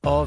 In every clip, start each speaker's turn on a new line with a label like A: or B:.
A: A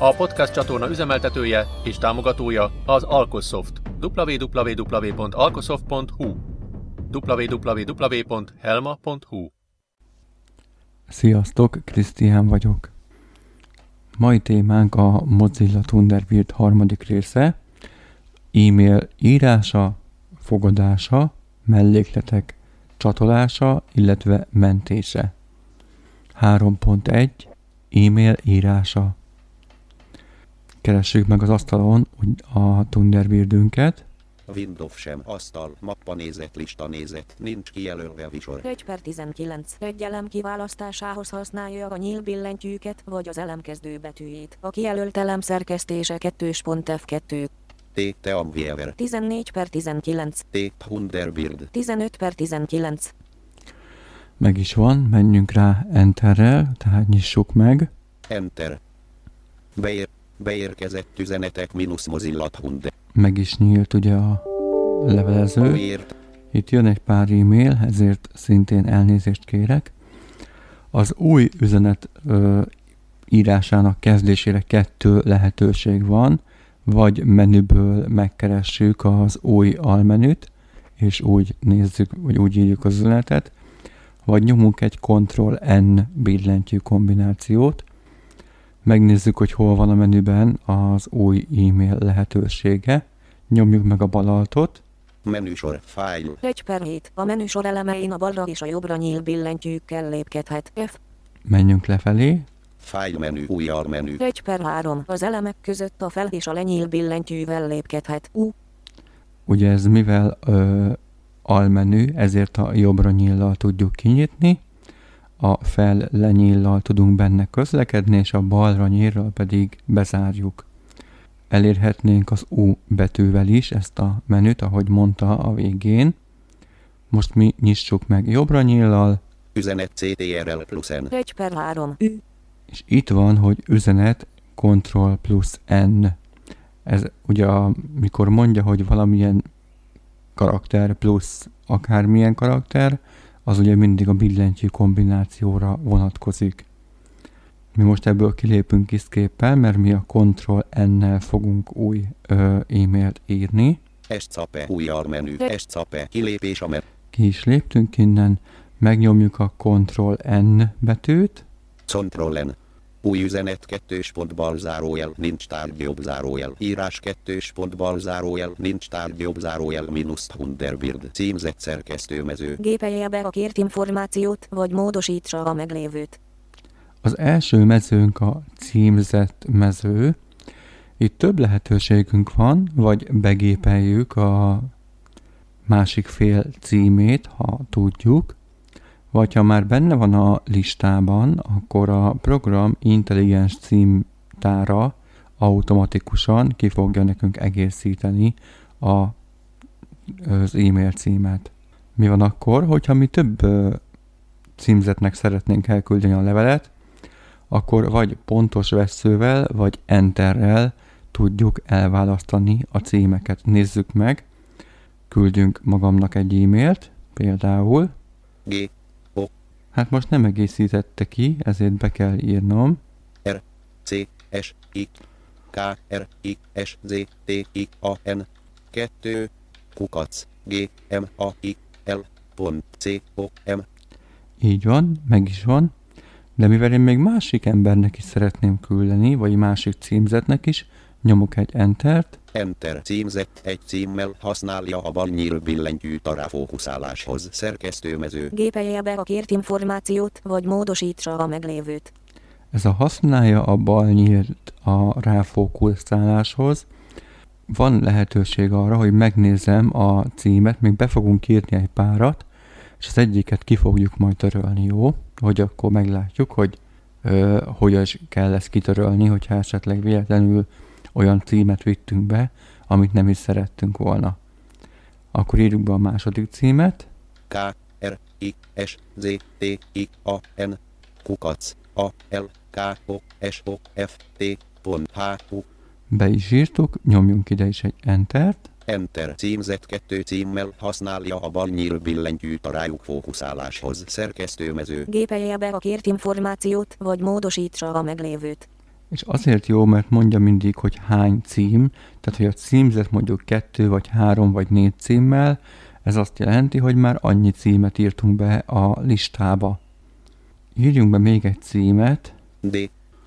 A: A podcast csatorna üzemeltetője és támogatója az Alkosoft. www.alkosoft.hu www.helma.hu
B: Sziasztok, Krisztián vagyok. Mai témánk a Mozilla Thunderbird harmadik része, e-mail írása, fogadása, mellékletek csatolása, illetve mentése. 3.1. E-mail írása. Keressük meg az asztalon úgy a Thunderbirdünket.
C: Windows sem asztal, mappa nézet, lista nézet, nincs kijelölve visor.
D: 1 per 19. Egy elem kiválasztásához használja a nyíl billentyűket vagy az elemkezdő betűjét. A kijelölt elem szerkesztése 2.f2.
C: Téte Amviever,
D: 14 per 19.
C: Tét Hunderbird,
D: 15 per 19.
B: Meg is van, menjünk rá Enterrel, tehát nyissuk meg.
C: Enter. Beér, beérkezett üzenetek mínusz mozillat Hunde.
B: Meg is nyílt ugye a levelező.
C: Miért?
B: Itt jön egy pár e-mail, ezért szintén elnézést kérek. Az új üzenet ö, írásának kezdésére kettő lehetőség van, vagy menüből megkeressük az új almenüt, és úgy nézzük, vagy úgy írjuk az üzenetet, vagy nyomunk egy Ctrl-N billentyű kombinációt, megnézzük, hogy hol van a menüben az új e-mail lehetősége, nyomjuk meg a balaltot,
C: Menüsor, fájl,
D: 1 per 7. A menüsor elemein a balra és a jobbra nyíl billentyűkkel lépkedhet. F.
B: menjünk lefelé,
C: fájl menü, új almenü,
D: 1 per 3. Az elemek között a fel és a lenyíl billentyűvel lépkedhet. U.
B: Ugye ez mivel ö, almenü, ezért a jobbra nyíllal tudjuk kinyitni, a fel lenyíllal tudunk benne közlekedni, és a balra nyíllal pedig bezárjuk. Elérhetnénk az U betűvel is ezt a menüt, ahogy mondta a végén. Most mi nyissuk meg jobbra nyíllal,
C: üzenet CTRL pluszen,
D: 1 per 3. Ü.
B: és itt van, hogy üzenet Ctrl plusz N. Ez ugye, amikor mondja, hogy valamilyen karakter plusz akármilyen karakter, az ugye mindig a billentyű kombinációra vonatkozik. Mi most ebből kilépünk escape mert mi a Ctrl N-nel fogunk új ö, e-mailt írni.
C: escape, új almenü, escape, kilépés a mer,
B: Ki is léptünk innen, megnyomjuk a Ctrl N betűt,
C: controllen. Új üzenet kettős pont bal zárójel, nincs tárgy jobb zárójel, írás kettős pont bal zárójel, nincs tárgy jobb zárójel, mínusz Hunderbird, címzett szerkesztőmező,
D: Gépelje be a kért információt, vagy módosítsa a meglévőt.
B: Az első mezőnk a címzett mező. Itt több lehetőségünk van, vagy begépeljük a másik fél címét, ha tudjuk, vagy ha már benne van a listában, akkor a program intelligens címtára automatikusan ki fogja nekünk egészíteni a, az e-mail címet. Mi van akkor, hogyha mi több ö, címzetnek szeretnénk elküldeni a levelet, akkor vagy pontos veszővel, vagy enterrel tudjuk elválasztani a címeket. Nézzük meg, küldjünk magamnak egy e-mailt, például,
C: G,
B: hát most nem egészítette ki, ezért be kell írnom,
C: R C S I K R I S Z T I A N 2 kukac G M A I L pont C O M
B: így van, meg is van, de mivel én még másik embernek is szeretném küldeni, vagy másik címzetnek is, nyomok egy entert,
C: Enter címzett egy címmel használja a balnyíl billentyűt a ráfókuszáláshoz szerkesztőmező
D: Gépelje be a kért információt, vagy módosítsa a meglévőt.
B: Ez a használja a bal nyílt a ráfókuszáláshoz. Van lehetőség arra, hogy megnézem a címet, még be fogunk írni egy párat, és az egyiket ki fogjuk majd törölni, jó? Hogy akkor meglátjuk, hogy ö, hogyan is kell ezt kitörölni, hogyha esetleg véletlenül olyan címet vittünk be, amit nem is szerettünk volna. Akkor írjuk be a második címet,
C: K, R, I, S, Z, T, I, A, N, kukac, A, L, K, O, S, O, F, T, pont H, U,
B: be is írtuk, nyomjunk ide is egy Entert,
C: Enter címzet 2 címmel használja a bal nyíl billentyűt a rájuk fókuszáláshoz. Szerkesztőmező.
D: Gépelje be a kért információt, vagy módosítsa a meglévőt.
B: és azért jó, mert mondja mindig, hogy hány cím, tehát hogy a címzet mondjuk kettő, vagy három, vagy négy címmel, ez azt jelenti, hogy már annyi címet írtunk be a listába. Írjunk be még egy címet,
C: D,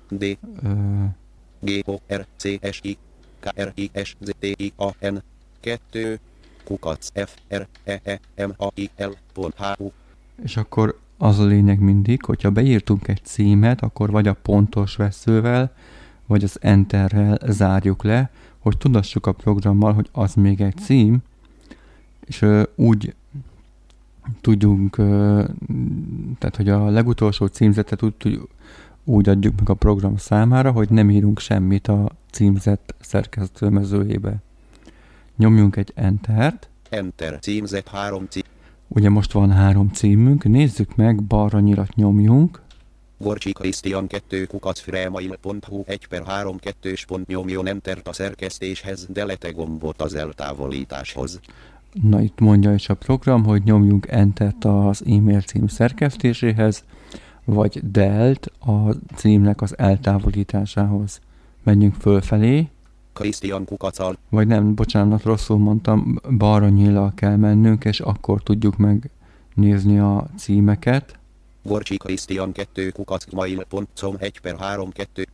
C: D,
B: ö,
C: G, O, R, C, S, I, K, R, I, S, Z, T, I, A, N, 2, kukac, F, R, E, E, M, A, I, L, pont H, U,
B: És akkor az a lényeg mindig, hogyha beírtunk egy címet, akkor vagy a pontos veszővel, vagy az enterrel zárjuk le, hogy tudassuk a programmal, hogy az még egy cím, és ö, úgy tudjunk, ö, tehát hogy a legutolsó címzetet úgy, tud- úgy adjuk meg a program számára, hogy nem írunk semmit a címzet szerkesztőmezőjébe. Nyomjunk egy entert,
C: Enter címzet 3 cím,
B: Ugye most van három címünk, nézzük meg, balra nyilat nyomjunk,
C: Gorcsi Krisztián 2 kukac fremail.hu 1 per 3 2 pont nyomjon entert a szerkesztéshez, delete gombot az eltávolításhoz.
B: na itt mondja is a program, hogy nyomjunk Entert az e-mail cím szerkesztéséhez, vagy Delt a címnek az eltávolításához. Menjünk fölfelé,
C: Krisztián kukacal
B: vagy nem, bocsánat, rosszul mondtam, balra nyillal kell mennünk, és akkor tudjuk megnézni a címeket.
C: Gorcsi Krisztián 2 kukacmail.com 1 per 3 2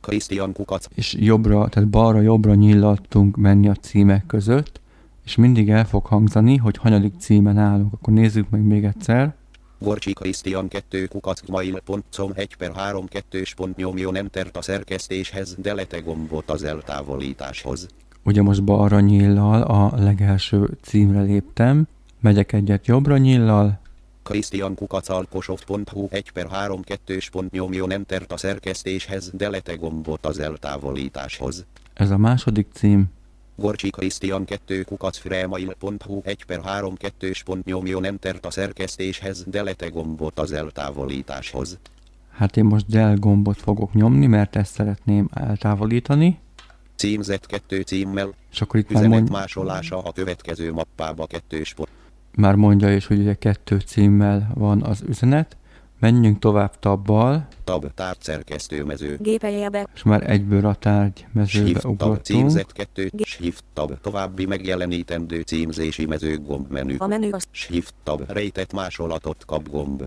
C: Krisztián kukac
B: és jobbra, tehát balra-jobbra nyillattunk menni a címek között, és mindig el fog hangzani, hogy hanyadik címen állunk. Akkor nézzük meg még egyszer.
C: Gorcsi Krisztián 2 kukacmail.com 1 per 3 2 pont nyomjon entert a szerkesztéshez, delete gombot az eltávolításhoz.
B: Ugye most balra nyillal a legelső címre léptem, megyek egyet jobbra nyillal,
C: Krisztián kukacalkosov.hu 1 per 3 2 pont nyomjon entert a szerkesztéshez, delete gombot az eltávolításhoz.
B: ez a második cím,
C: Gorcsi Krisztián 2 kukacfremail.hu 1 per 3 2 pont nyomjon entert a szerkesztéshez, delete gombot az eltávolításhoz.
B: hát én most del gombot fogok nyomni, mert ezt szeretném eltávolítani,
C: Címzet 2 címmel,
B: és akkor itt már,
C: üzenet
B: Hát mond,
C: másolása a következő mappába 2 pont.
B: már mondja is, hogy ugye kettő címmel van az üzenet, menjünk tovább tabbal,
C: Tab tárgyszerkesztőmező.
D: Gépelje be,
B: és már egyből a tárgy mezőbe
C: Shift tab
B: ugrottunk.
C: címzet 2, Shift tab további megjelenítendő címzési mező gombmenü.
D: a menü az
C: Shift tab rejtett másolatot kap gomb.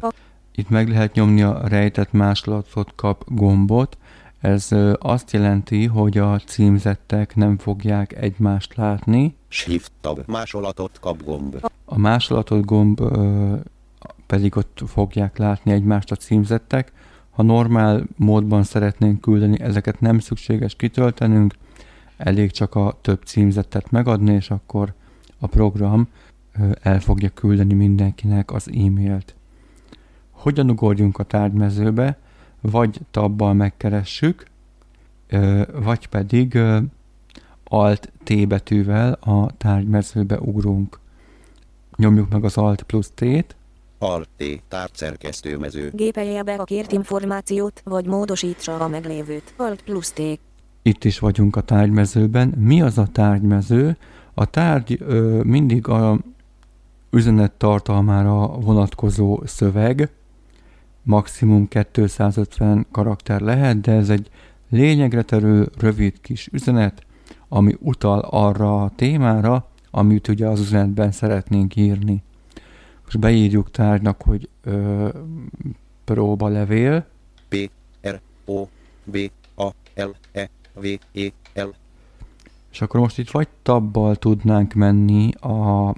B: Itt meg lehet nyomni a rejtett másolatot kap gombot. Ez ö, azt jelenti, hogy a címzettek nem fogják egymást látni.
C: Shift tab másolatot kap gomb.
B: A másolatot gomb ö, pedig ott fogják látni egymást a címzettek. Ha normál módban szeretnénk küldeni, ezeket nem szükséges kitöltenünk, elég csak a több címzettet megadni, és akkor a program ö, el fogja küldeni mindenkinek az e-mailt. Hogyan ugorjunk a tárgymezőbe? Vagy tabbal megkeressük, ö, vagy pedig ö, Alt T betűvel a tárgymezőbe ugrunk. Nyomjuk meg az Alt plusz T-t,
C: Alt T tárgyszerkesztőmező.
D: gépelje be a kért információt, vagy módosítsa a meglévőt. Alt plusz T.
B: itt is vagyunk a tárgymezőben. Mi az a tárgymező? A tárgy ö, mindig a üzenet tartalmára vonatkozó szöveg, maximum 250 karakter lehet, de ez egy lényegre terő, rövid kis üzenet, ami utal arra a témára, amit ugye az üzenetben szeretnénk írni. Most beírjuk tárgynak, hogy ö, próbalevél,
C: P R O B A L E V E L
B: És akkor most itt vagy tabbal tudnánk menni a...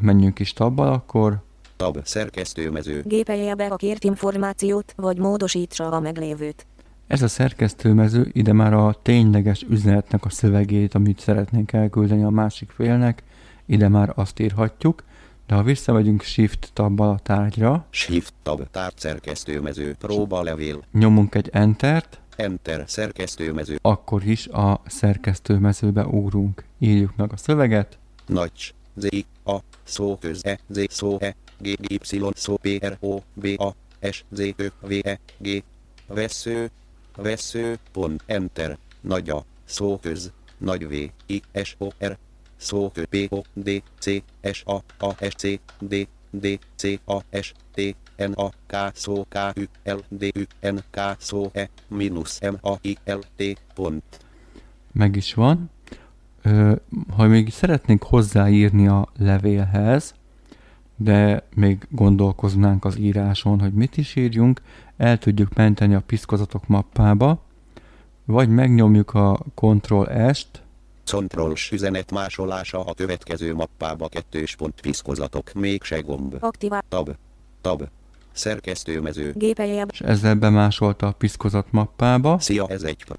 B: Menjünk is tabbal, akkor
C: tab szerkesztőmező.
D: Gépelje be a kért információt, vagy módosítsa a meglévőt.
B: ez a szerkesztőmező ide már a tényleges üzenetnek a szövegét, amit szeretnénk elküldeni a másik félnek, ide már azt írhatjuk, de ha visszamegyünk Shift tabbal a tárgyra,
C: Shift tab tárgyszerkesztőmező. Próbalevél.
B: nyomunk egy Entert,
C: Enter szerkesztőmező.
B: Akkor is a szerkesztőmezőbe úrunk. Írjuk meg a szöveget.
C: Nagy. Z. A. Szó köz. E. Z. Szó. E. G. Y. Szó. P. R. O. B. A. S. Z. Ö. V. E. G. Vesző. Vesző. Pont. Enter. Nagy A. Szó köz. Nagy V. I. S. O. R. Szó kö. P. O. D. C. S. A. A. S. C. D. D. C. A. S. T. N. A. K. Szó. K. Ü. L. D. Ü. N. K. Szó. E. Minusz. M. A. I. L. T. Pont.
B: Meg is van. Ö, ha még szeretnénk hozzáírni a levélhez, de még gondolkoznánk az íráson, hogy mit is írjunk, el tudjuk menteni a piszkozatok mappába, vagy megnyomjuk a Ctrl-est,
C: Controls üzenet másolása a következő mappába kettős pont piszkozatok mégse gomb.
D: Aktivál.
C: Tab. Tab. Szerkesztőmező.
D: Gépejebb.
B: és ezzel bemásolta a piszkozat mappába,
C: Szia ez egy p-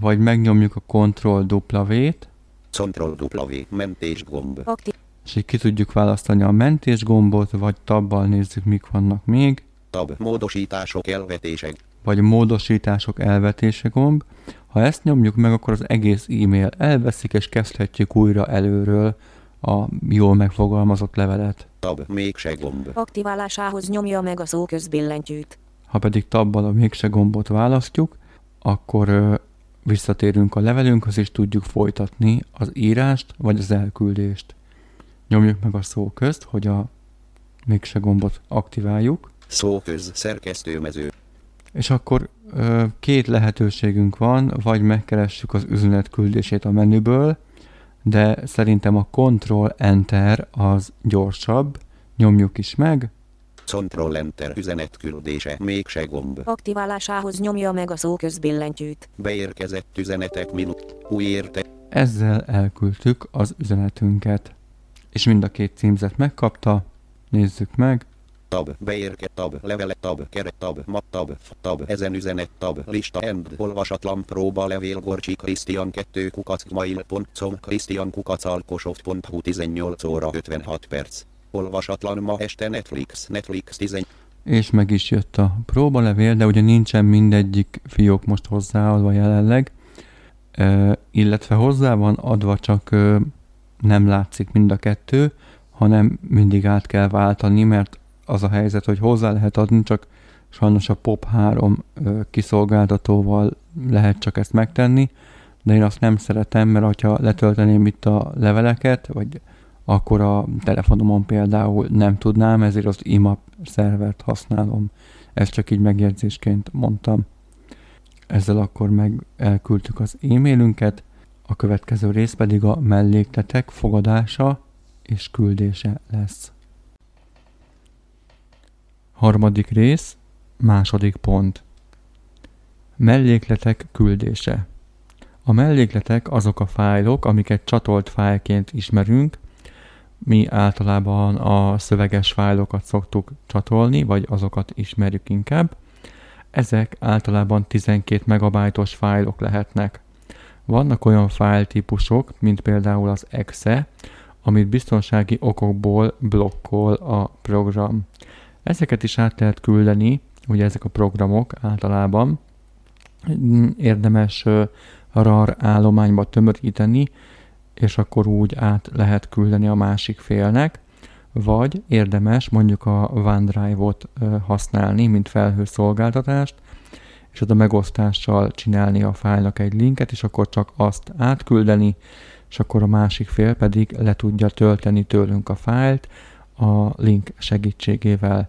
B: vagy megnyomjuk a Ctrl-W-t,
C: Control W mentés gomb.
D: Aktiv.
B: és így ki tudjuk választani a mentés gombot, vagy tabbal nézzük, mik vannak még,
C: Tab. Módosítások elvetések.
B: vagy módosítások elvetése gomb. Ha ezt nyomjuk meg, akkor az egész e-mail elveszik, és kezdhetjük újra előről a jól megfogalmazott levelet.
C: Tab. Mégse gomb.
D: Aktiválásához nyomja meg a szó közbillentyűt.
B: Ha pedig tabbal a mégse gombot választjuk, akkor ö, visszatérünk a levelünkhöz, és tudjuk folytatni az írást vagy az elküldést. Nyomjuk meg a szó közt, hogy a mégse gombot aktiváljuk,
C: Szóköz. Szerkesztőmező.
B: és akkor ö, két lehetőségünk van, vagy megkeressük az üzenet küldését a menüből, de szerintem a Ctrl-Enter az gyorsabb, nyomjuk is meg,
C: Control Enter üzenet küldése. Mégse gomb.
D: Aktiválásához nyomja meg a szó közbillentyűt.
C: Beérkezett üzenetek minut. Új érte.
B: Ezzel elküldtük az üzenetünket. És mind a két címzet megkapta. Nézzük meg.
C: Tab. Beérke. Tab. Levele. Tab. Keret. Tab. Map. Tab. F- Tab. Ezen üzenet. Tab. Lista. End. Olvasatlan próba levél. Gorcsi Krisztián 2 kukac.mail.com Krisztián kukacalkosov.hu 18 óra 56 perc. Olvasatlan ma este Netflix. Netflix 10.
B: És meg is jött a próbalevél, de ugye nincsen mindegyik fiók most hozzáadva jelenleg, ö, illetve hozzá van adva, csak ö, nem látszik mind a kettő, hanem mindig át kell váltani, mert az a helyzet, hogy hozzá lehet adni, csak sajnos a POP3 ö, kiszolgáltatóval lehet csak ezt megtenni, de én azt nem szeretem, mert ha letölteném itt a leveleket, vagy akkor a telefonomon például nem tudnám, ezért az IMAP szervert használom. Ezt csak így megjegyzésként mondtam. Ezzel akkor meg elküldtük az e-mailünket, a következő rész pedig a mellékletek fogadása és küldése lesz. Harmadik rész, második pont. Mellékletek küldése. A mellékletek azok a fájlok, amiket csatolt fájlként ismerünk, mi általában a szöveges fájlokat szoktuk csatolni, vagy azokat ismerjük inkább. Ezek általában 12 megabájtos fájlok lehetnek. Vannak olyan fájltípusok, mint például az exe, amit biztonsági okokból blokkol a program. Ezeket is át lehet küldeni, ugye ezek a programok általában. Mm, Érdemes ö, RAR állományba tömöríteni, és akkor úgy át lehet küldeni a másik félnek, vagy érdemes mondjuk a OneDrive-ot ö, használni, mint felhőszolgáltatást, és oda megosztással csinálni a fájlnak egy linket, és akkor csak azt átküldeni, és akkor a másik fél pedig le tudja tölteni tőlünk a fájlt a link segítségével.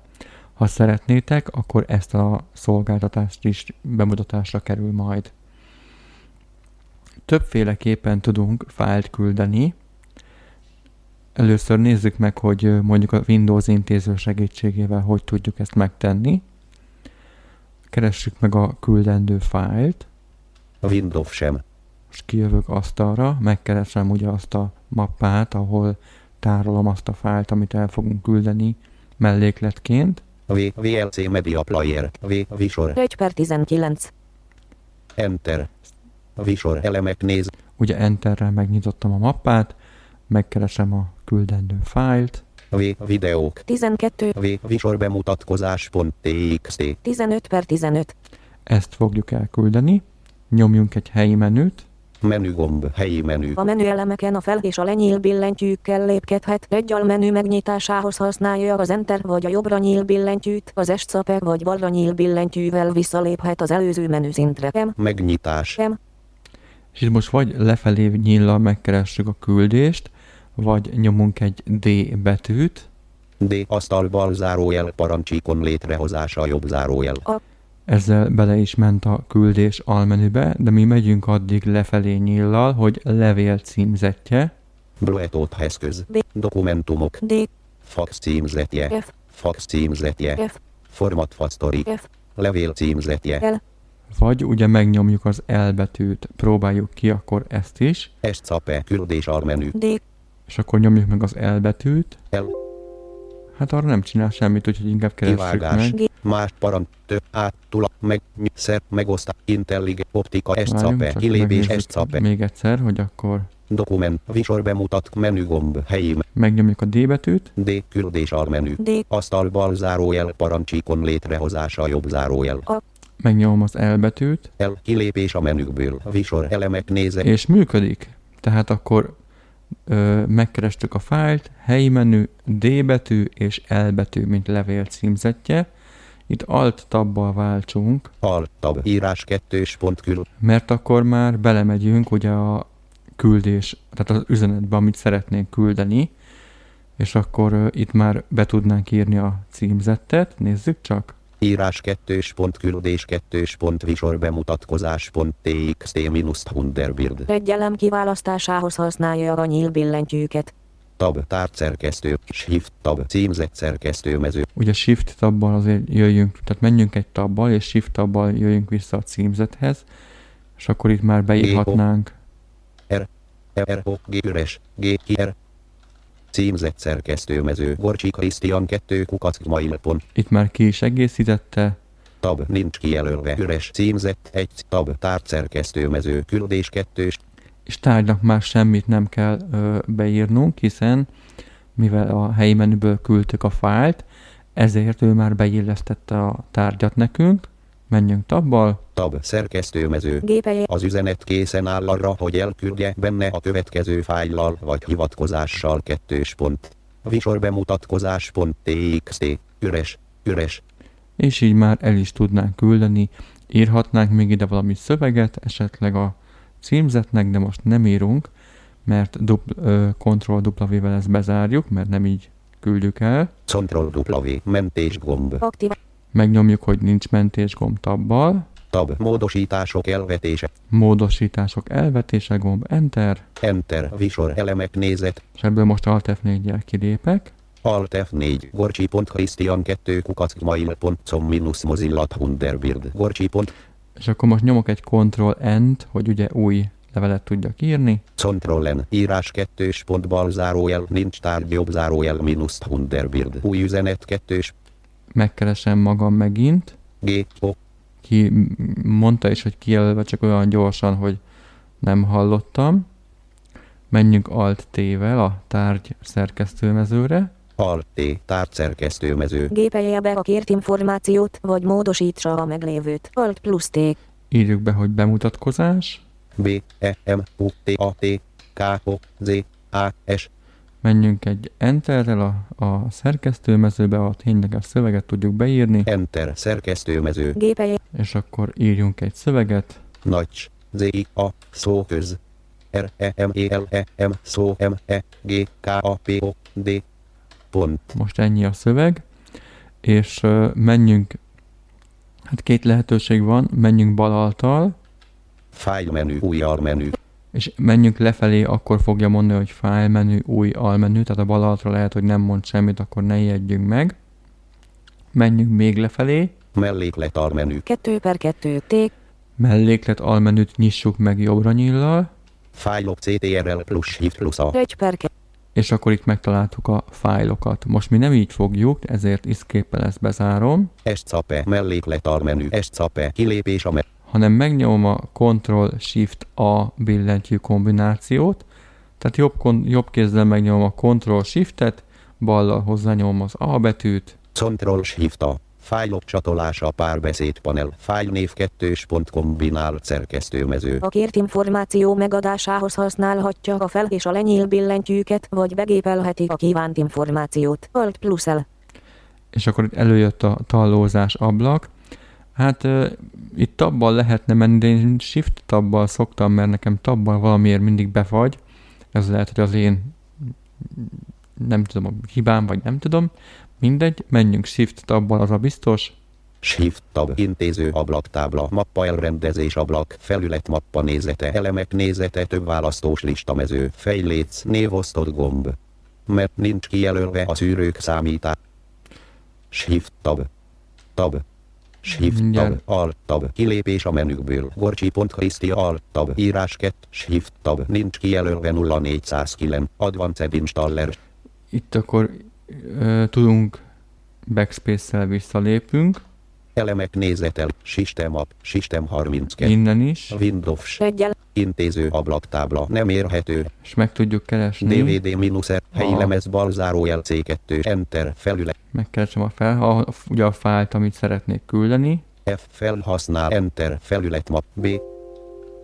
B: Ha szeretnétek, akkor ezt a szolgáltatást is bemutatásra kerül majd többféleképpen tudunk fájlt küldeni. Először nézzük meg, hogy ö, mondjuk a Windows intéző segítségével hogy tudjuk ezt megtenni. Keressük meg a küldendő fájlt,
C: Windows sem.
B: és kijövök asztalra, megkeresem ugye azt a mappát, ahol tárolom azt a fájlt, amit el fogunk küldeni mellékletként.
C: V. VLC Media Player. V. Visor.
D: 1 per 19.
C: Enter. Visor elemek néz.
B: Ugye Enterrel megnyitottam a mappát, megkeresem a küldendő fájlt,
C: V. Videók.
D: 12.
C: V. Visor bemutatkozás.txt.
D: 15 per 15.
B: ezt fogjuk elküldeni, Nyomjunk egy helyi menüt,
C: Menügomb, helyi menü,
D: A menüelemeken a fel és a lenyíl billentyűkkel lépkedhet, egy almenü megnyitásához használja az Enter vagy a jobbra nyíl billentyűt, az est szaper vagy balra nyíl billentyűvel visszaléphet az előző menüszintre. M,
C: megnyitás,
D: M,
B: és itt most vagy lefelé nyíllal megkeressük a küldést, vagy nyomunk egy D betűt,
C: D asztal bal zárójel parancsíkon létrehozása jobb zárójel.
B: ezzel bele is ment a küldés almenübe, de mi megyünk addig lefelé nyíllal, hogy levél címzetje,
C: Bluetooth eszköz.
D: B.
C: Dokumentumok.
D: D,
C: Fax címzetje.
D: F,
C: Fax címzetje.
D: F,
C: Format factory.
D: F,
C: Levél címzetje.
D: L,
B: vagy ugye megnyomjuk az L betűt, próbáljuk ki akkor ezt is,
C: Escape küldés almenü.
D: D,
B: és akkor nyomjuk meg az L betűt,
C: L.
B: hát arra nem csinál semmit, úgyhogy inkább keressük
C: Kivágás.
B: meg.
C: Más parancs. Tö. Át. Tula. Meg. ny- Szer. Megosztá. Intellige. Optika.
B: Várjunk,
C: Escape.
B: csak
C: Kilépés.
B: megnézzük
C: Escape.
B: Még egyszer, hogy akkor
C: Dokument. Visor bemutat. Menügomb. Helyi. me-
B: megnyomjuk a D betűt,
C: D. Küldés almenü.
D: D,
C: Asztal bal zárójel parancsíkon létrehozása jobb zárójel.
B: megnyomom az L betűt,
C: El kilépés a menükből. Visor elemek néze.
B: és működik. Tehát akkor ö, megkerestük a fájlt, helyi menü, D betű és L betű, mint levél címzetje. Itt alt tabbal váltsunk,
C: Alt tab. Írás kettős pont kül.
B: mert akkor már belemegyünk ugye a küldés, tehát az üzenetbe, amit szeretnénk küldeni, és akkor ö, itt már be tudnánk írni a címzettet, nézzük csak.
C: Írás kettős pont küldés kettős pont visor bemutatkozás pont txt minusz Thunderbird.
D: egyelem kiválasztásához használja a nyíl billentyűket.
C: Tab tárgyszerkesztő. Shift tab címzett szerkesztőmező.
B: Ugye shift tabbal azért jöjjünk, tehát menjünk egy tabbal, és shift tabbal jöjjünk vissza a címzethez, és akkor itt már beírhatnánk
C: E, R O G üres. G I, R. Címzett szerkesztőmező. Gorcsi Krisztián 2 kukac.mail.pont.
B: Itt már ki is egészítette,
C: Tab nincs kijelölve. Üres címzett 1. Tab tárgyszerkesztőmező. Küldés kettős.
B: és tárgynak már semmit nem kell ö, beírnunk, hiszen mivel a helyi menüből küldtük a fájlt, ezért ő már beillesztette a tárgyat nekünk. Menjünk tabbal,
C: Tab szerkesztőmező.
D: Gépeje,
C: Az üzenet készen áll arra, hogy elküldje benne a következő fájllal vagy hivatkozással kettős pont. Visor bemutatkozás pont txt. Üres, üres.
B: és így már el is tudnánk küldeni. Írhatnánk még ide valami szöveget, esetleg a címzetnek, de most nem írunk, mert dupl, ö, Ctrl W-vel ezt bezárjuk, mert nem így küldjük el.
C: Ctrl W. Mentés gomb.
D: aktiv,
B: Megnyomjuk, hogy nincs mentésgomb tabbal,
C: Tab módosítások elvetése.
B: módosítások elvetése gomb Enter,
C: Enter. Visor elemek nézet.
B: és ebből most Alt F4-jel kilépek,
C: Alt F4. Gorcsi.Krisztián 2 kukacmail.com minus Mozilla Thunderbird. Gorcsi. pont-
B: és akkor most nyomok egy Ctrl Ent, hogy ugye új levelet tudjak írni,
C: Ctrl N. Írás kettős pont bal zárójel. Nincs tárgy jobb zárójel minus Thunderbird. Új üzenet kettős.
B: megkeresem magam megint,
C: G. O.
B: ki m- mondta is, hogy kijelölve csak olyan gyorsan, hogy nem hallottam. Menjünk Alt T-vel a tárgy szerkesztőmezőre,
C: Alt T. Tárgyszerkesztőmező.
D: gépeje be a kért információt, vagy módosítsa a meglévőt. Alt plusz T,
B: írjuk be, hogy bemutatkozás,
C: B. E. M. U. T. A. T. K. O. Z. A. S.
B: menjünk egy Enterrel a, a szerkesztőmezőbe, a tényleges szöveget tudjuk beírni,
C: Enter. Szerkesztőmező.
D: gépeje,
B: és akkor írjunk egy szöveget,
C: Nagy. Z. I. A. Szó köz. R. E. M. E. L. E. M. Szó. M. E. G. K. A. P. O. D. Pont.
B: most ennyi a szöveg, és ö, menjünk, hát két lehetőség van, menjünk balaltal,
C: File menü. Új almenü.
B: és menjünk lefelé, akkor fogja mondani, hogy file menü, új almenü, tehát a balaltra lehet, hogy nem mond semmit, akkor ne ijedjünk meg. Menjünk még lefelé,
C: Melléklet almenü.
D: 2 per 2 T,
B: melléklet almenüt nyissuk meg jobbra nyíllal,
C: Fájlok CTRL plusz Shift plusz A.
D: 1 per 2
B: és akkor itt megtaláltuk a fájlokat. Most mi nem így fogjuk, ezért escape ezt bezárom,
C: Escape. Melléklet almenü. Escape. Kilépés a me-
B: hanem megnyomom a Ctrl-Shift-A billentyű kombinációt, tehát jobb, kon- jobb kézzel megnyomom a Ctrl-Shiftet, ballal hozzányomom az A betűt,
C: Ctrl Shift A. Fájlok csatolása párbeszéd panel. Fájlnév kettős pont kombinált szerkesztőmező.
D: A kért információ megadásához használhatja a fel és a lenyíl billentyűket, vagy begépelheti a kívánt információt. Alt plusz L.
B: és akkor itt előjött a tallózás ablak. Hát uh, itt tabbal lehetne menni, de én shift tabbal szoktam, mert nekem tabbal valamiért mindig befagy. Ez lehet, hogy az én nem tudom, a hibám, vagy nem tudom. Mindegy, menjünk shift tabbal, az a biztos.
C: Shift tab intéző ablak tábla mappa elrendezés ablak felület mappa nézete elemek nézete több választós lista mező fejléc névosztott gomb. Mert nincs kijelölve a szűrők számítá. Shift tab. Tab. Shift tab,
B: Mindjárt.
C: alt tab, kilépés a menükből, gorcsi.kriszti alt tab, írás 2, shift tab, nincs kijelölve 0409, advanced installer,
B: Itt akkor uh, tudunk backspace-szel visszalépünk,
C: elemek nézetel, system app, system 32,
B: innen is,
C: Windows,
D: Egyel.
C: intéző ablaktábla nem érhető,
B: és meg tudjuk keresni.
C: DVD minusz R, helyi
B: Hm. Aha.
C: lemez balzáró C2, Enter, felület,
B: megkeresem a fel, a, a- ugye a fájlt, amit szeretnék küldeni,
C: F felhasznál, Enter, felület map, B,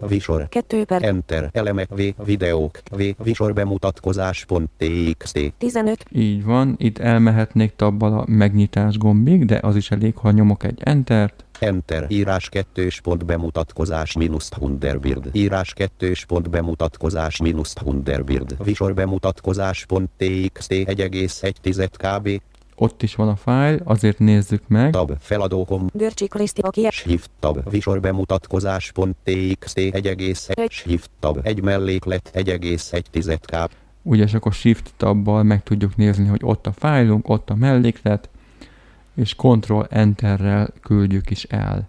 C: visor,
D: 2 per
C: Enter, elemek V, videók, V, visor bemutatkozás pont TXT,
D: 15
B: így van, itt elmehetnék tabbal a megnyitás gombig, de az is elég, ha nyomok egy entert,
C: Enter, írás kettős pont bemutatkozás mínusz Thunderbird, írás kettős pont bemutatkozás mínusz Thunderbird, visor bemutatkozás pont TXT 1,1 kb,
B: ott is van a fájl, azért nézzük meg,
C: tab, feladókom,
D: Görcsi Kriszti, aki
C: Shift tab, visor bemutatkozás pont TXT 1,1, Shift tab, egy melléklet 1,1 kb,
B: ugye és akkor shift tabbal meg tudjuk nézni, hogy ott a fájlunk, ott a melléklet, és control enterrel küldjük is el.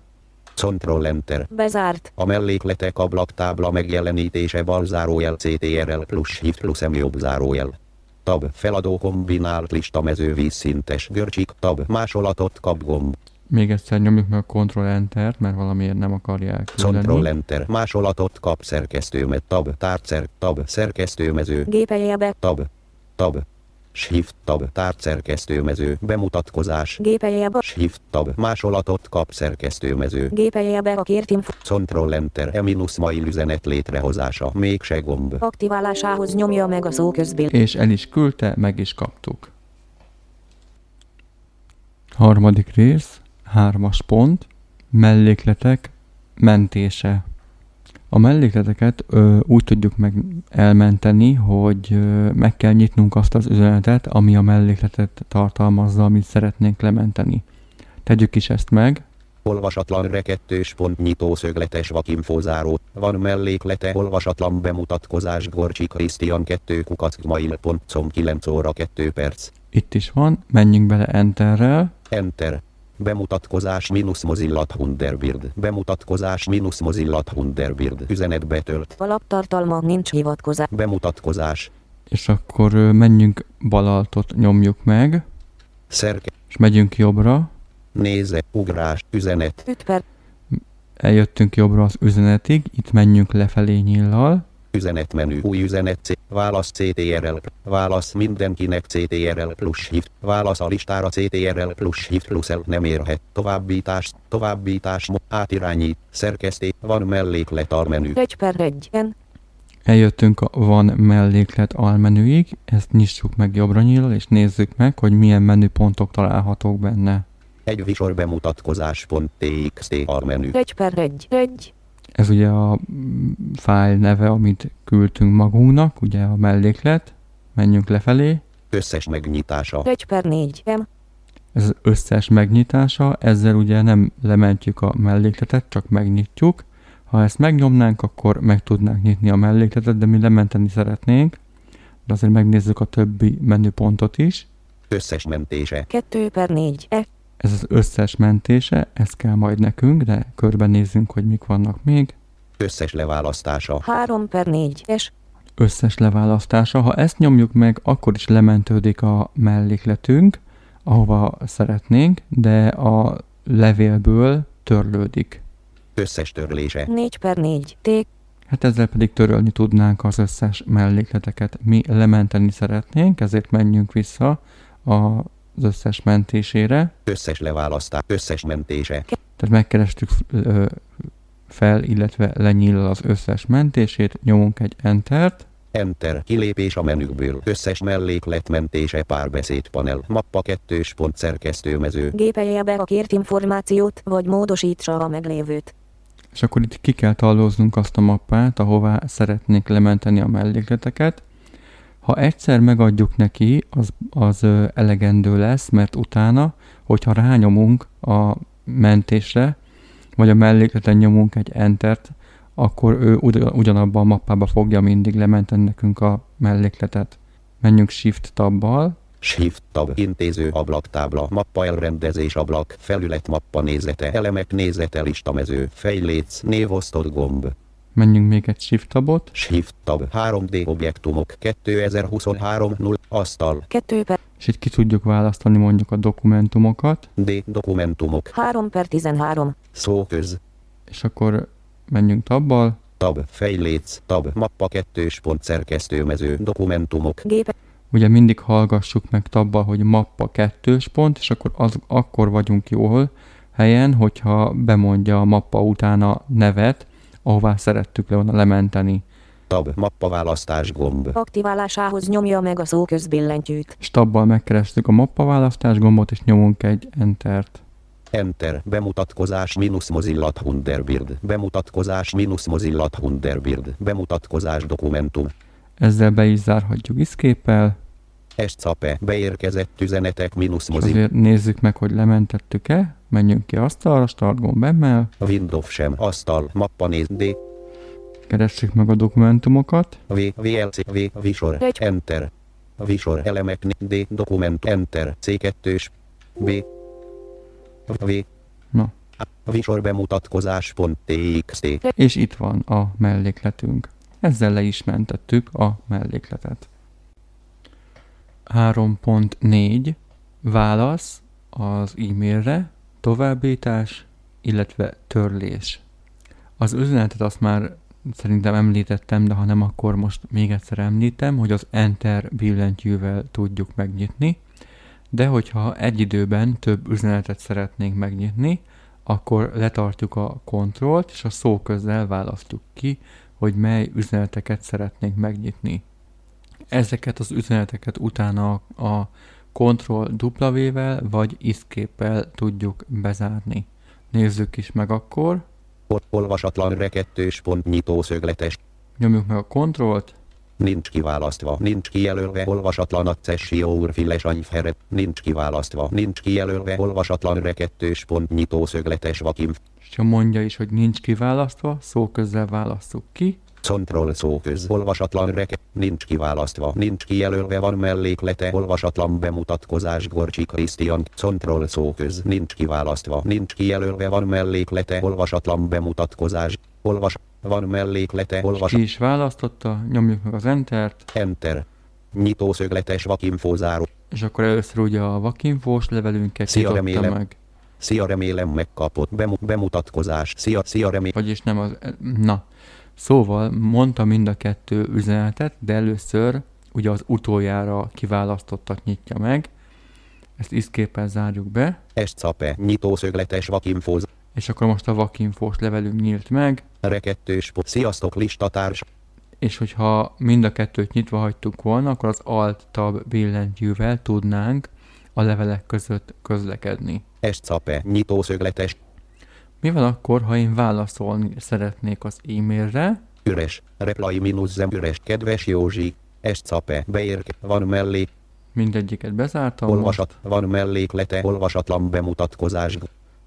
C: Control Enter.
D: bezárt.
C: A mellékletek ablaktábla megjelenítése bal zárójel CTRL plusz Shift plusz M jobb zárójel. Tab feladó kombinált lista mező vízszintes görcsik tab másolatot kap gomb.
B: Még egyszer nyomjuk meg a control entert, mert valamiért nem akarja
C: Control
B: elküldeni.
C: Enter másolatot kap szerkesztőmet tab tárcer tab szerkesztőmező
D: Gépeljebe.
C: tab tab Shift tab tárcerkesztőmező bemutatkozás
D: Gépeljebe.
C: Shift tab másolatot kap szerkesztőmező
D: Gépeljebe a kért info.
C: Control Enter e minusz mail üzenet létrehozása mégse gomb.
D: Aktiválásához nyomja meg a szó közbil.
B: És el is küldte, meg is kaptuk. Harmadik rész, hármas pont, mellékletek mentése. A mellékleteket ö, úgy tudjuk meg elmenteni, hogy ö, meg kell nyitnunk azt az üzenetet, ami a mellékletet tartalmazza, amit szeretnénk lementeni. Tegyük is ezt meg,
C: Olvasatlan rekettős pont nyitó szögletes vakinfózáró. Van melléklete olvasatlan bemutatkozás Gorcsi Krisztián 2 kukacmail.com 9 óra 2 perc.
B: itt is van, menjünk bele Enterrel,
C: Enter. Bemutatkozás mínusz Mozilla Thunderbird. Bemutatkozás mínusz Mozilla Thunderbird. Üzenet betölt.
D: Alaptartalma nincs hivatkozás.
C: Bemutatkozás.
B: és akkor ö, menjünk balaltot nyomjuk meg,
C: Szerke.
B: és megyünk jobbra,
C: Néze. Ugrás. Üzenet.
D: Üt per
B: Eljöttünk jobbra az üzenetig, itt menjünk lefelé nyíllal,
C: Üzenetmenü. Új üzenet. C. Válasz CTRL. Válasz mindenkinek CTRL plusz shift. Válasz a listára CTRL plusz shift plusz L nem érhet. Továbbítás. Továbbítás. mo- Átirányít. Szerkeszté. Van melléklet almenü.
D: egy per egy. N.
B: eljöttünk a van melléklet almenüig, ezt nyissuk meg jobbra nyíllal, és nézzük meg, hogy milyen menüpontok találhatók benne.
C: Egy visor bemutatkozás pont TXT almenü.
D: Egy per egy. Egy.
B: Ez ugye a mm, fájl neve, amit küldtünk magunknak, ugye a melléklet, menjünk lefelé,
C: Összes megnyitása.
D: Egy per négy. M.
B: ez az összes megnyitása, ezzel ugye nem lementjük a mellékletet, csak megnyitjuk. Ha ezt megnyomnánk, akkor meg tudnánk nyitni a mellékletet, de mi lementeni szeretnénk. De azért megnézzük a többi menüpontot is.
C: Összes mentése.
D: Kettő per négy. E.
B: Ez az összes mentése, ez kell majd nekünk, de körbenézzünk, hogy mik vannak még.
C: Összes leválasztása.
D: Három per négy. S.
B: Összes leválasztása, ha ezt nyomjuk meg, akkor is lementődik a mellékletünk, ahova szeretnénk, de a levélből törlődik.
C: Összes törlése.
D: Négy per négy. T.
B: Hát ezzel pedig törölni tudnánk az összes mellékleteket. Mi lementeni szeretnénk, ezért menjünk vissza a az összes mentésére.
C: Összes leválasztás, összes mentése,
B: Tehát megkerestük ö, fel, illetve lenyílal az összes mentését, nyomunk egy Entert,
C: Enter, kilépés a menükből, összes melléklet mentése párbeszédpanel, mappa kettős pont szerkesztőmező,
D: Gépelje be a kért információt, vagy módosítsa a meglévőt.
B: és akkor itt ki kell tallóznunk azt a mappát, ahová szeretnénk lementeni a mellékleteket. Ha egyszer megadjuk neki, az, az ö, elegendő lesz, mert utána, hogyha rányomunk a mentésre, vagy a mellékleten nyomunk egy entert, akkor ő ugyan- ugyanabba a mappába fogja mindig lementeni nekünk a mellékletet. Menjünk shift tabbal,
C: Shift tab, intéző ablaktábla, mappa elrendezés ablak, felület mappa nézete, elemek nézete listamező, fejléc, névosztott gomb,
B: menjünk még egy shift tabot,
C: Shift tab, 3D objektumok, 2023 0, asztal,
D: 2 per
B: és itt ki tudjuk választani mondjuk a dokumentumokat,
C: D dokumentumok,
D: 3 per 13.
C: szóköz,
B: és akkor menjünk tabbal,
C: tab, fejléc, tab, mappa kettős pont szerkesztőmező, dokumentumok,
D: Gépe
B: ugye mindig hallgassuk meg tabba, hogy mappa kettős pont, és akkor, az, akkor vagyunk jól helyen, hogyha bemondja a mappa után a nevet, ahová szerettük le volna lementeni.
C: tab, mappa választás gomb,
D: aktiválásához nyomja meg a szó közbillentyűt.
B: És tabbal megkerestük a mappa választás gombot, és nyomunk egy entert.
C: Enter, bemutatkozás mínusz Mozilla Thunderbird, bemutatkozás mínusz Mozilla Thunderbird, bemutatkozás dokumentum,
B: Ezzel be is zárhatjuk escape
C: SCAPE, beérkezett üzenetek mínusz
B: és
C: Mozilla,
B: azért nézzük meg, hogy lementettük-e, menjünk ki asztalra, start gomb emmel,
C: Windows sem, asztal, mappa néz, D,
B: keressük meg a dokumentumokat,
C: V, VLC, V, visor,
D: Egy.
C: Enter. Visor elemek, né- D, dokument, Enter, C2-s, B, V,
B: na,
C: A, visor bemutatkozás pont TXT,
B: és itt van a mellékletünk. Ezzel le is mentettük a mellékletet. 3.4 Válasz az e-mailre, továbbítás, illetve törlés. Az üzenetet azt már szerintem említettem, de ha nem, akkor most még egyszer említem, hogy az Enter billentyűvel tudjuk megnyitni, de hogyha egy időben több üzenetet szeretnénk megnyitni, akkor letartjuk a kontrollt, és a szó közzel választjuk ki, hogy mely üzeneteket szeretnénk megnyitni. Ezeket az üzeneteket utána a Ctrl W-vel vagy Escape-el tudjuk bezárni. Nézzük is meg akkor,
C: Ol- olvasatlan rekettős pont nyitó szögletes,
B: nyomjuk meg a Ctrl-t,
C: nincs kiválasztva, nincs kijelölve olvasatlan accessio urfiles anyferet, nincs kiválasztva, nincs kijelölve olvasatlan rekettős pont nyitó szögletes vakim,
B: és ha mondja is, hogy nincs kiválasztva, szó közzel választjuk ki,
C: Control szó köz, olvasatlan reke, nincs kiválasztva, nincs kijelölve van melléklete, olvasatlan bemutatkozás Gorcsi Krisztián, Control szó köz, nincs kiválasztva, nincs kijelölve van melléklete, olvasatlan bemutatkozás, olvas, van melléklete, olvas,
B: ki is választotta, nyomjuk meg az Entert,
C: enter. Nyitószögletes vakinfózáró.
B: És akkor először ugye a vakinfós levelünket
C: Szia,
B: nyitotta
C: remélem.
B: meg.
C: Szia remélem megkapott bemu- bemutatkozás. Szia, szia remélem.
B: Vagyis nem az... Na. Szóval mondta mind a kettő üzenetet, de először ugye az utoljára kiválasztottat nyitja meg. Ezt iszképpen zárjuk be.
C: Escape, nyitószögletes vakinfóz.
B: És akkor most a vakinfós levelünk nyílt meg,
C: Rekettős po- Sziasztok listatárs.
B: és hogyha mind a kettőt nyitva hagytuk volna, akkor az Alt-Tab billentyűvel tudnánk a levelek között közlekedni.
C: Escape, nyitószögletes.
B: Mi van akkor, ha én válaszolni szeretnék az e-mailre,
C: Üres, reply mínusz zem üres, kedves Józsi, escape, beérke, van mellé,
B: mindegyiket bezártam, most
C: olvasat, van melléklete, olvasatlan bemutatkozás,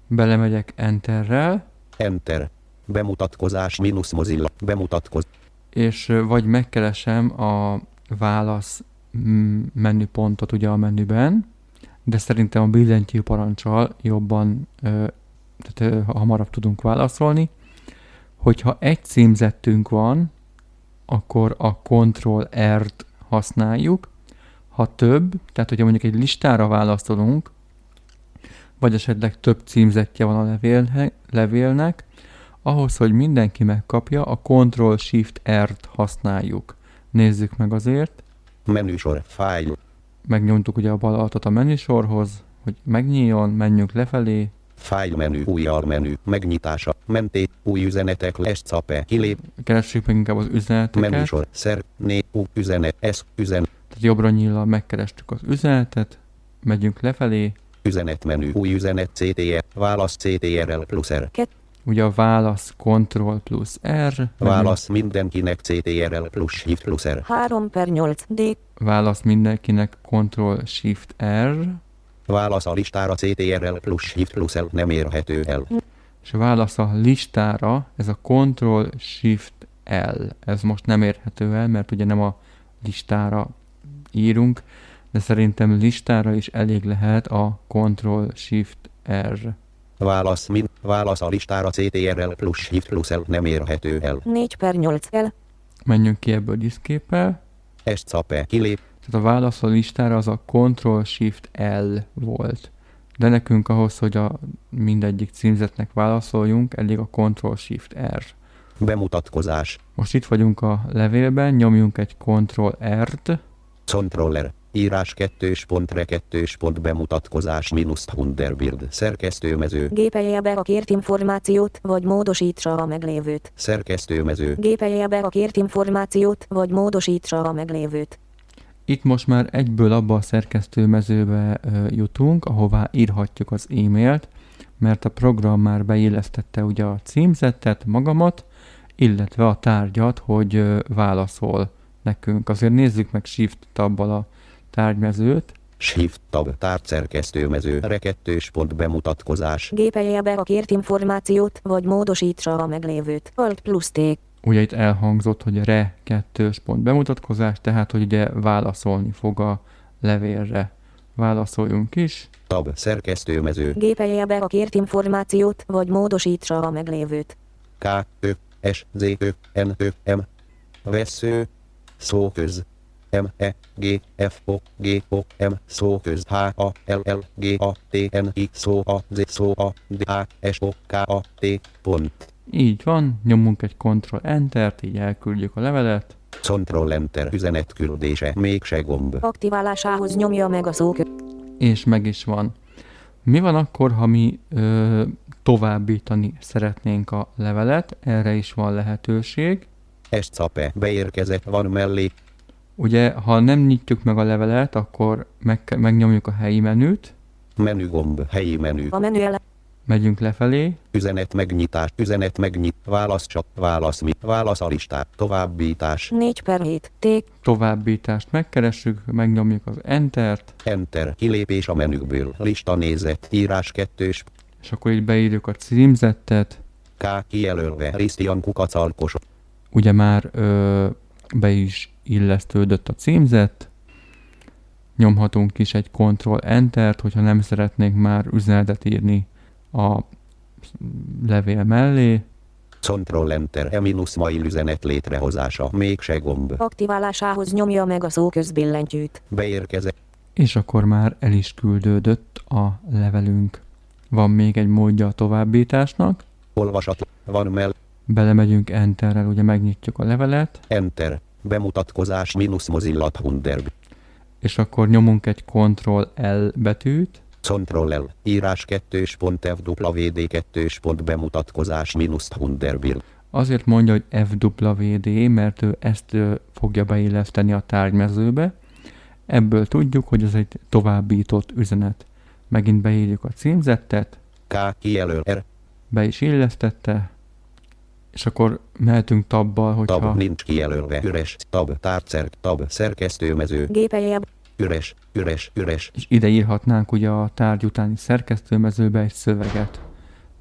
B: belemegyek Enterrel,
C: enter, bemutatkozás mínusz mozilla, bemutatkoz,
B: és ö, vagy megkeresem a válasz mm, menüpontot ugye a menüben, de szerintem a billentyű parancsal jobban, ö, tehát ö, hamarabb tudunk válaszolni. Hogyha egy címzettünk van, akkor a Ctrl-R-t használjuk, ha több, tehát hogyha mondjuk egy listára válaszolunk, vagy esetleg több címzetje van a levélhe- levélnek, ahhoz, hogy mindenki megkapja, a Ctrl-Shift-R-t használjuk. Nézzük meg azért.
C: menüsor, fájl,
B: megnyomtuk ugye a bal altat a menüsorhoz, hogy megnyíljon, menjünk lefelé,
C: File menü, új almenü, megnyitása, menté, új üzenetek, lesz cape, kilép,
B: keressük meg inkább az üzeneteket, tehát
C: menüsor, szer, né, ú, üzenet, ez, üzen,
B: jobbra nyíllal megkerestük az üzenetet, megyünk lefelé,
C: üzenetmenü, új üzenet, CTR, válasz CTRL plusz R,
B: ugye a válasz Ctrl plusz R, megyünk
C: válasz mindenkinek CTRL plusz Shift plusz R,
D: 3 per 8 D,
B: válasz mindenkinek Ctrl Shift R,
C: válasz a listára CTRL plusz Shift plusz L nem érhető el,
B: és a válasz a listára, ez a Ctrl Shift L. Ez most nem érhető el, mert ugye nem a listára írunk, de szerintem listára is elég lehet a Ctrl Shift R.
C: válasz min, válasz a listára CTRL plusz Shift plusz L nem érhető el,
D: 4 per 8 L,
B: Menjünk ki ebből diszképpel.
C: ez cape, kilép,
B: Tehát a válasz a listára az a Ctrl Shift L volt. De nekünk ahhoz, hogy a mindegyik címzetnek válaszoljunk, elég a Ctrl Shift R.
C: bemutatkozás,
B: Most itt vagyunk a levélben, nyomjunk egy Ctrl R-t,
C: Controller. Írás kettős pont re kettős pont bemutatkozás mínusz Thunderbird. Szerkesztőmező.
D: gépelje be a kért információt, vagy módosítsa a meglévőt.
C: Szerkesztőmező.
D: Gépelje be a kért információt, vagy módosítsa a meglévőt.
B: Itt most már egyből abba a szerkesztőmezőbe ö, jutunk, ahová írhatjuk az e-mailt, mert a program már beillesztette ugye a címzettet, magamat, illetve a tárgyat, hogy ö, válaszol nekünk. Azért nézzük meg Shift tabbal a tárgymezőt.
C: Shift tab. Tárt szerkesztőmező. Re kettős pont bemutatkozás.
D: Gépelje be a kért információt, vagy módosítsa a meglévőt. Alt plusz T.
B: Ugye itt elhangzott, hogy re kettős pont bemutatkozás, tehát hogy ugye válaszolni fog a levélre. Válaszoljunk is.
C: Tab. Szerkesztőmező.
D: Gépelje be a kért információt, vagy módosítsa a meglévőt.
C: K. Ö. S. Z. Ö. N. Ö. M. Vesző. Szóköz. M. E. G. F. O. G. O. M. Szóköz. H. A. L. L. G. A. T. N. I. Szó. A. Z. Szó. A. D. A. S. O. K. A. T. Pont.
B: Így van, nyomunk egy Ctrl Enter-t, így elküldjük a levelet.
C: Control Enter üzenet küldése, mégse gomb.
D: Aktiválásához nyomja meg a szók.
B: és meg is van. Mi van akkor, ha mi ö, továbbítani szeretnénk a levelet? Erre is van lehetőség.
C: Escape beérkezett van mellé,
B: Ugye, ha nem nyitjuk meg a levelet, akkor meg, megnyomjuk a helyi menüt,
C: menügomb, helyi menü,
D: A menü ele-
B: megyünk lefelé,
C: üzenet megnyitás, üzenet megnyit, válasz csak, válasz mi, válasz a listát, továbbítás,
D: 4 per 7 T.
B: továbbítást megkeressük, megnyomjuk az Entert,
C: Enter, kilépés a menüből, lista nézet, írás kettős,
B: és akkor így beírjuk a címzettet,
C: K kijelölve, Krisztián kukacalkos,
B: ugye már ö, be is illesztődött a címzet, nyomhatunk is egy Ctrl Enter-t, hogyha nem szeretnénk már üzenetet írni a levél mellé,
C: Control Enter, e minusz mail üzenet létrehozása, mégse gomb,
D: Aktiválásához nyomja meg a szó közbillentyűt.
C: beérkezett,
B: és akkor már el is küldődött a levelünk. Van még egy módja a továbbításnak,
C: olvasat, van mell,
B: belemegyünk Enterrel, ugye megnyitjuk a levelet,
C: Enter, bemutatkozás mínusz Mozilla Thunderbird.
B: és akkor nyomunk egy Ctrl L betűt,
C: Control L, írás 2.fwd2. pont bemutatkozás mínusz Thunderbird.
B: Azért mondja, hogy FWD, mert ő ezt ö, fogja beilleszteni a tárgymezőbe. Ebből tudjuk, hogy ez egy továbbított üzenet. Megint beírjuk a címzettet,
C: K kijelöl R,
B: be is illesztette, és akkor mehetünk tabbal,
C: tab
B: hogyha
C: nincs kijelölve, üres, tab tárcer, tab szerkesztőmező,
D: Gépelje be
C: üres, üres, üres,
B: és ide írhatnánk ugye a tárgy utáni szerkesztőmezőbe egy szöveget.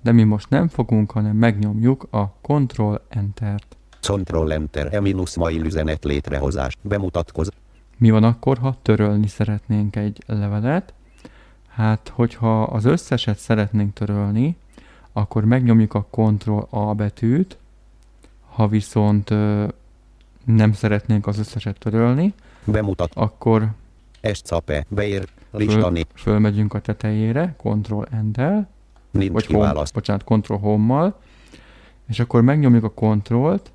B: De mi most nem fogunk, hanem megnyomjuk a Ctrl Enter-t.
C: Control Enter, e minusz mail üzenet létrehozás, bemutatkoz,
B: Mi van akkor, ha törölni szeretnénk egy levelet? Hát, hogyha az összeset szeretnénk törölni, akkor megnyomjuk a Ctrl A betűt, ha viszont ö, nem szeretnénk az összeset törölni,
C: bemutat,
B: akkor
C: escape, beér,
B: Hm.
C: listani,
B: fölmegyünk a tetejére, Ctrl Enter,
C: nincs
B: vagy home,
C: kiválaszt,
B: bocsánat, Ctrl Home-mal, és akkor megnyomjuk a Ctrl-t,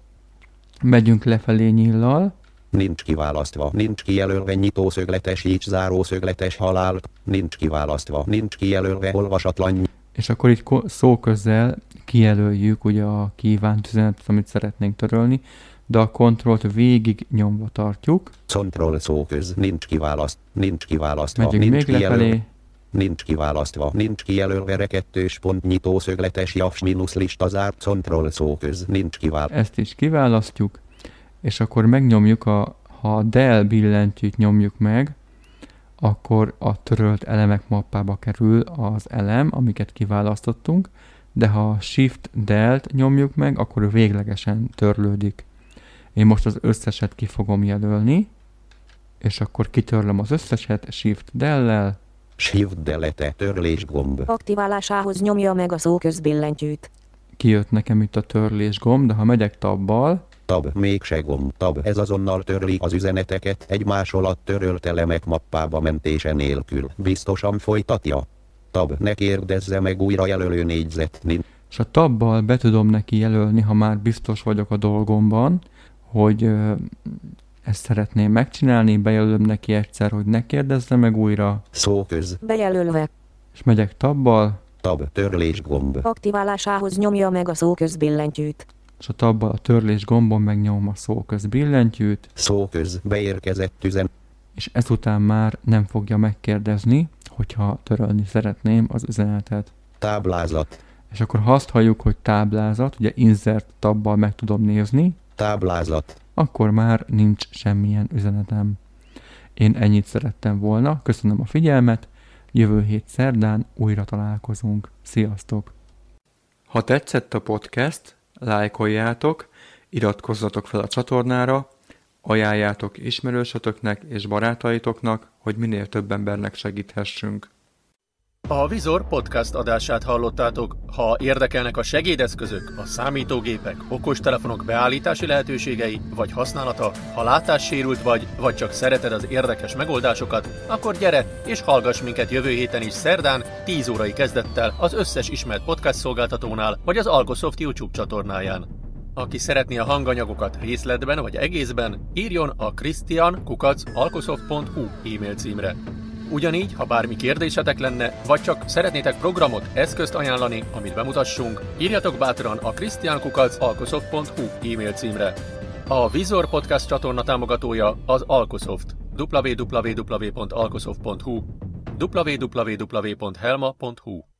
B: megyünk lefelé nyillal,
C: Nincs kiválasztva. Nincs kijelölve nyitószögletes így zárószögletes halált. Nincs kiválasztva. Nincs kijelölve olvasatlan ny-
B: És akkor így ko- szó közzel kijelöljük ugye a kívánt üzenetet, amit szeretnénk törölni, de a kontrollt végig nyomva tartjuk.
C: Control szóköz. Nincs kiválaszt. Nincs kiválasztva.
B: Megyünk
C: nincs
B: még lefelé,
C: Nincs kiválasztva, nincs kijelölve rekettős pont nyitószögletes javs mínusz lista zárt control szó köz, nincs kivál.
B: ezt is kiválasztjuk, és akkor megnyomjuk a, ha a del billentyűt nyomjuk meg, akkor a törölt elemek mappába kerül az elem, amiket kiválasztottunk, de ha a shift delt nyomjuk meg, akkor véglegesen törlődik. Én most az összeset ki fogom jelölni, és akkor kitörlöm az összeset shift dellel,
C: Shift delete törlés gomb.
D: Aktiválásához nyomja meg a szó közbillentyűt.
B: kijött nekem itt a törlés gomb, de ha megyek tabbal,
C: Tab, mégse gomb. Tab, ez azonnal törli az üzeneteket egymás alatt törölt elemek mappába mentése nélkül. Biztosan folytatja. Tab, ne kérdezze meg újra jelölő négyzet. Nincs
B: és a tabbal be tudom neki jelölni, ha már biztos vagyok a dolgomban, hogy ö, ezt szeretném megcsinálni, bejelölöm neki egyszer, hogy ne kérdezze meg újra,
C: szó köz.
D: Bejelölve.
B: és megyek tabbal,
C: Tab, törlés gomb.
D: Aktiválásához nyomja meg a szó közbillentyűt.
B: és a tabbal a törlés gombon megnyomom a szó köz billentyűt,
C: Szó köz. Beérkezett üzen.
B: és ezután már nem fogja megkérdezni, hogyha törölni szeretném az üzenetet.
C: Táblázat.
B: És akkor ha azt halljuk, hogy táblázat, ugye insert tabbal meg tudom nézni,
C: Táblázat.
B: akkor már nincs semmilyen üzenetem. Én ennyit szerettem volna, köszönöm a figyelmet, jövő hét szerdán újra találkozunk. Sziasztok! Ha tetszett a podcast, lájkoljátok, iratkozzatok fel a csatornára, ajánljátok ismerősötöknek és barátaitoknak, hogy minél több embernek segíthessünk.
A: A Vizor podcast adását hallottátok. Ha érdekelnek a segédeszközök, a számítógépek, okostelefonok beállítási lehetőségei vagy használata, ha látássérült vagy, vagy csak szereted az érdekes megoldásokat, akkor gyere és hallgass minket jövő héten is szerdán 10 órai kezdettel az összes ismert podcast szolgáltatónál vagy az Algosoft YouTube csatornáján. Aki szeretné a hanganyagokat részletben vagy egészben, írjon a christian.kukac.alkosoft.hu e-mail címre. Ugyanígy, ha bármi kérdésetek lenne, vagy csak szeretnétek programot, eszközt ajánlani, amit bemutassunk, írjatok bátran a christiankukac.alkosoft.hu e-mail címre. A Vizor Podcast csatorna támogatója az Alkosoft. www.alkosoft.hu www.helma.hu